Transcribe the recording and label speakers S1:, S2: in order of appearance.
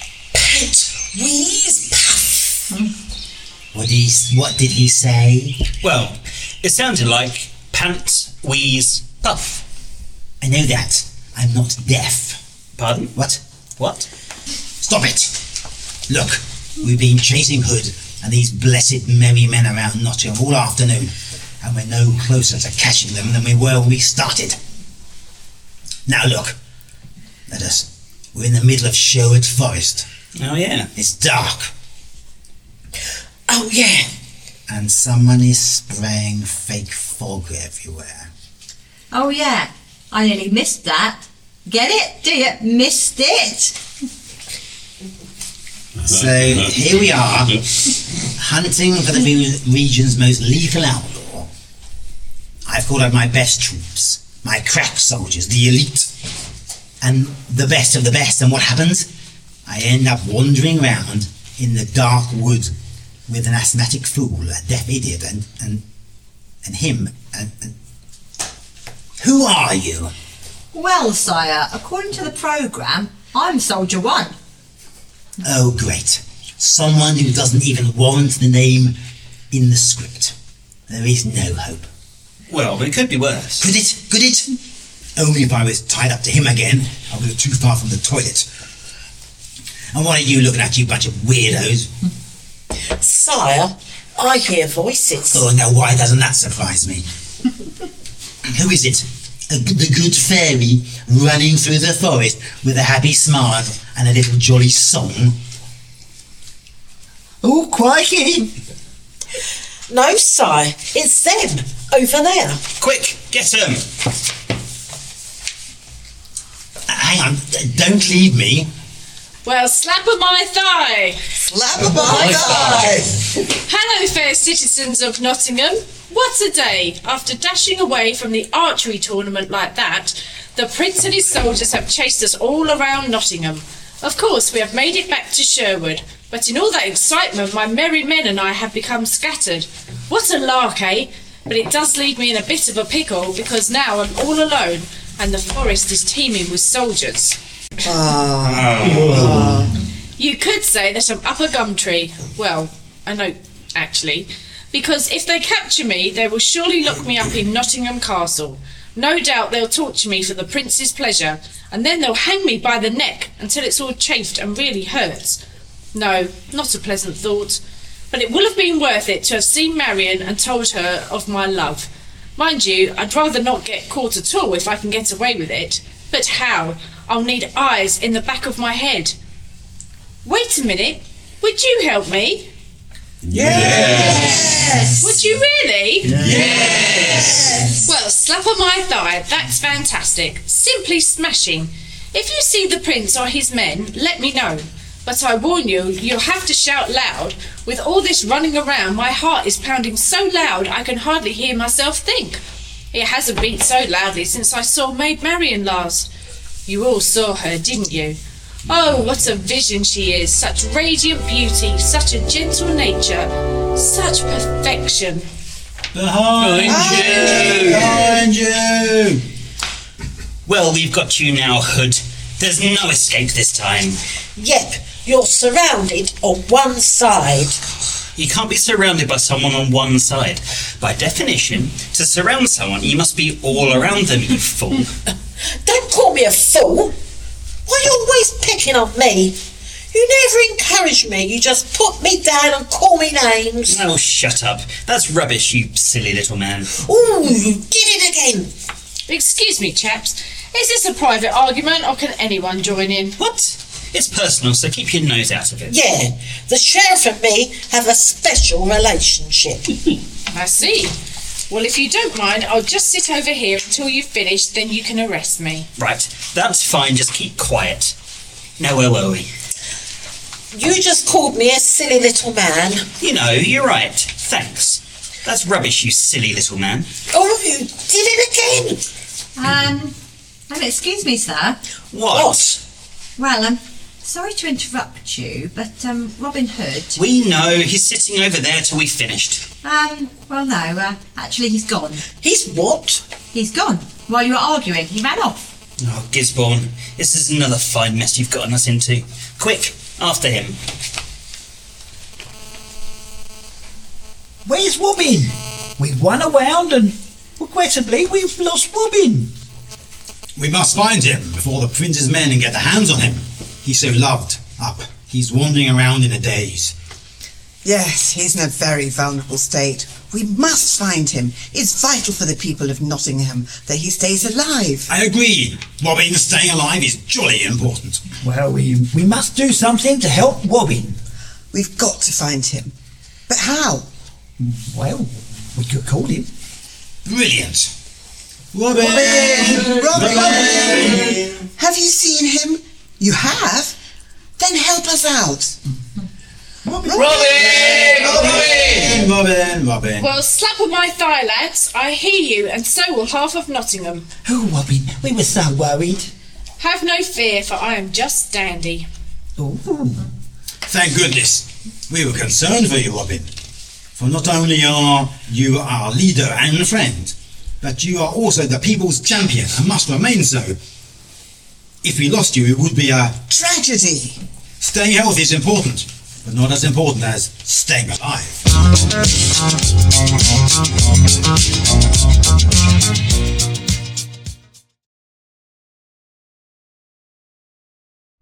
S1: out with his puff.
S2: What did he, what did he say?
S3: Well, it sounded like pant, wheeze, puff.
S2: I know that. I'm not deaf.
S3: Pardon?
S2: What?
S3: What?
S2: Stop it! Look, we've been chasing Hood and these blessed merry men around Nottingham all afternoon, and we're no closer to catching them than we were when we started. Now look, let us. We're in the middle of Sherwood Forest.
S3: Oh, yeah.
S2: It's dark,
S1: Oh, yeah.
S2: and someone is spraying fake fog everywhere.
S4: Oh yeah, I nearly missed that. Get it? Do you? Missed it?
S2: So here we are, hunting for the re- region's most lethal outlaw. I've called out my best troops, my crack soldiers, the elite, and the best of the best. And what happens? I end up wandering round in the dark wood with an asthmatic fool, a deaf idiot, and and and him. And, and who are you?
S4: Well, sire, according to the programme, I'm Soldier One.
S2: Oh, great. Someone who doesn't even warrant the name in the script. There is no hope.
S3: Well, but it could be worse.
S2: Could it? Could it? Only if I was tied up to him again. I was too far from the toilet. And what are you looking at, you bunch of weirdos?
S1: Sire, I hear voices.
S2: Oh, now why doesn't that surprise me? who is it? A, the good fairy running through the forest with a happy smile and a little jolly song.
S1: Oh, crikey. No, sire, it's them over there.
S3: Quick, get him!
S2: Uh, hang on, d- don't leave me.
S5: Well, slap of my thigh.
S1: Lullaby.
S5: Hello, fair citizens of Nottingham. What a day! After dashing away from the archery tournament like that, the Prince and his soldiers have chased us all around Nottingham. Of course, we have made it back to Sherwood, but in all that excitement, my merry men and I have become scattered. What a lark, eh? But it does leave me in a bit of a pickle because now I'm all alone and the forest is teeming with soldiers. You could say that I'm up a gum tree. Well, I know, actually. Because if they capture me, they will surely lock me up in Nottingham Castle. No doubt they'll torture me for the prince's pleasure, and then they'll hang me by the neck until it's all chafed and really hurts. No, not a pleasant thought. But it will have been worth it to have seen Marion and told her of my love. Mind you, I'd rather not get caught at all if I can get away with it. But how? I'll need eyes in the back of my head. Wait a minute. Would you help me? Yes. Would you really? Yes. Well, slap on my thigh. That's fantastic. Simply smashing. If you see the prince or his men, let me know. But I warn you, you'll have to shout loud. With all this running around, my heart is pounding so loud I can hardly hear myself think. It hasn't beat so loudly since I saw Maid Marian last. You all saw her, didn't you? Oh, what a vision she is! Such radiant beauty, such a gentle nature, such perfection.
S3: Well, we've got you now, Hood. There's no escape this time.
S1: Yep, you're surrounded on one side.
S3: You can't be surrounded by someone on one side. By definition, to surround someone, you must be all around them, you fool.
S1: Don't call me a fool. Why are you always picking on me? You never encourage me. You just put me down and call me names.
S3: Oh, shut up. That's rubbish, you silly little man.
S1: Ooh, you did it again.
S5: Excuse me, chaps. Is this a private argument, or can anyone join in?
S3: What? It's personal, so keep your nose out of it.
S1: Yeah, the sheriff and me have a special relationship.
S5: I see. Well, if you don't mind, I'll just sit over here until you've finished, then you can arrest me.
S3: Right, that's fine, just keep quiet. Now, where were we?
S1: You just called me a silly little man.
S3: You know, you're right. Thanks. That's rubbish, you silly little man.
S1: Oh, you did it again.
S4: Um, and excuse me, sir.
S3: What?
S4: Well, um, sorry to interrupt you, but um, Robin Hood.
S3: We know he's sitting over there till we finished.
S4: Um, well, no, uh, actually, he's gone.
S1: He's what?
S4: He's gone. While you were arguing, he ran off.
S3: Oh, Gisborne, this is another fine mess you've gotten us into. Quick, after him.
S6: Where's Wobbin? We've won around and regrettably we've lost Wobbin.
S2: We must find him before the prince's men and get their hands on him. He's so loved up. He's wandering around in a daze.
S7: Yes, he's in a very vulnerable state. We must find him. It's vital for the people of Nottingham that he stays alive.
S2: I agree. Robin staying alive is jolly important.
S6: Well, we, we must do something to help Wobbin.
S7: We've got to find him. But how?
S6: Well, we could call him.
S2: Brilliant. Robin!
S7: Robin! Have you seen him? You have? Then help us out.
S2: Robin! Robin! Robin!
S5: Well, slap on my thigh, lads. I hear you, and so will half of Nottingham.
S6: Oh, Wobbin, we were so worried.
S5: Have no fear, for I am just dandy.
S6: Ooh.
S2: Thank goodness. We were concerned for you, Robin. For not only are you our leader and friend, but you are also the people's champion and must remain so. If we lost you, it would be a
S7: Tragedy.
S2: staying healthy is important, but not as important as staying alive.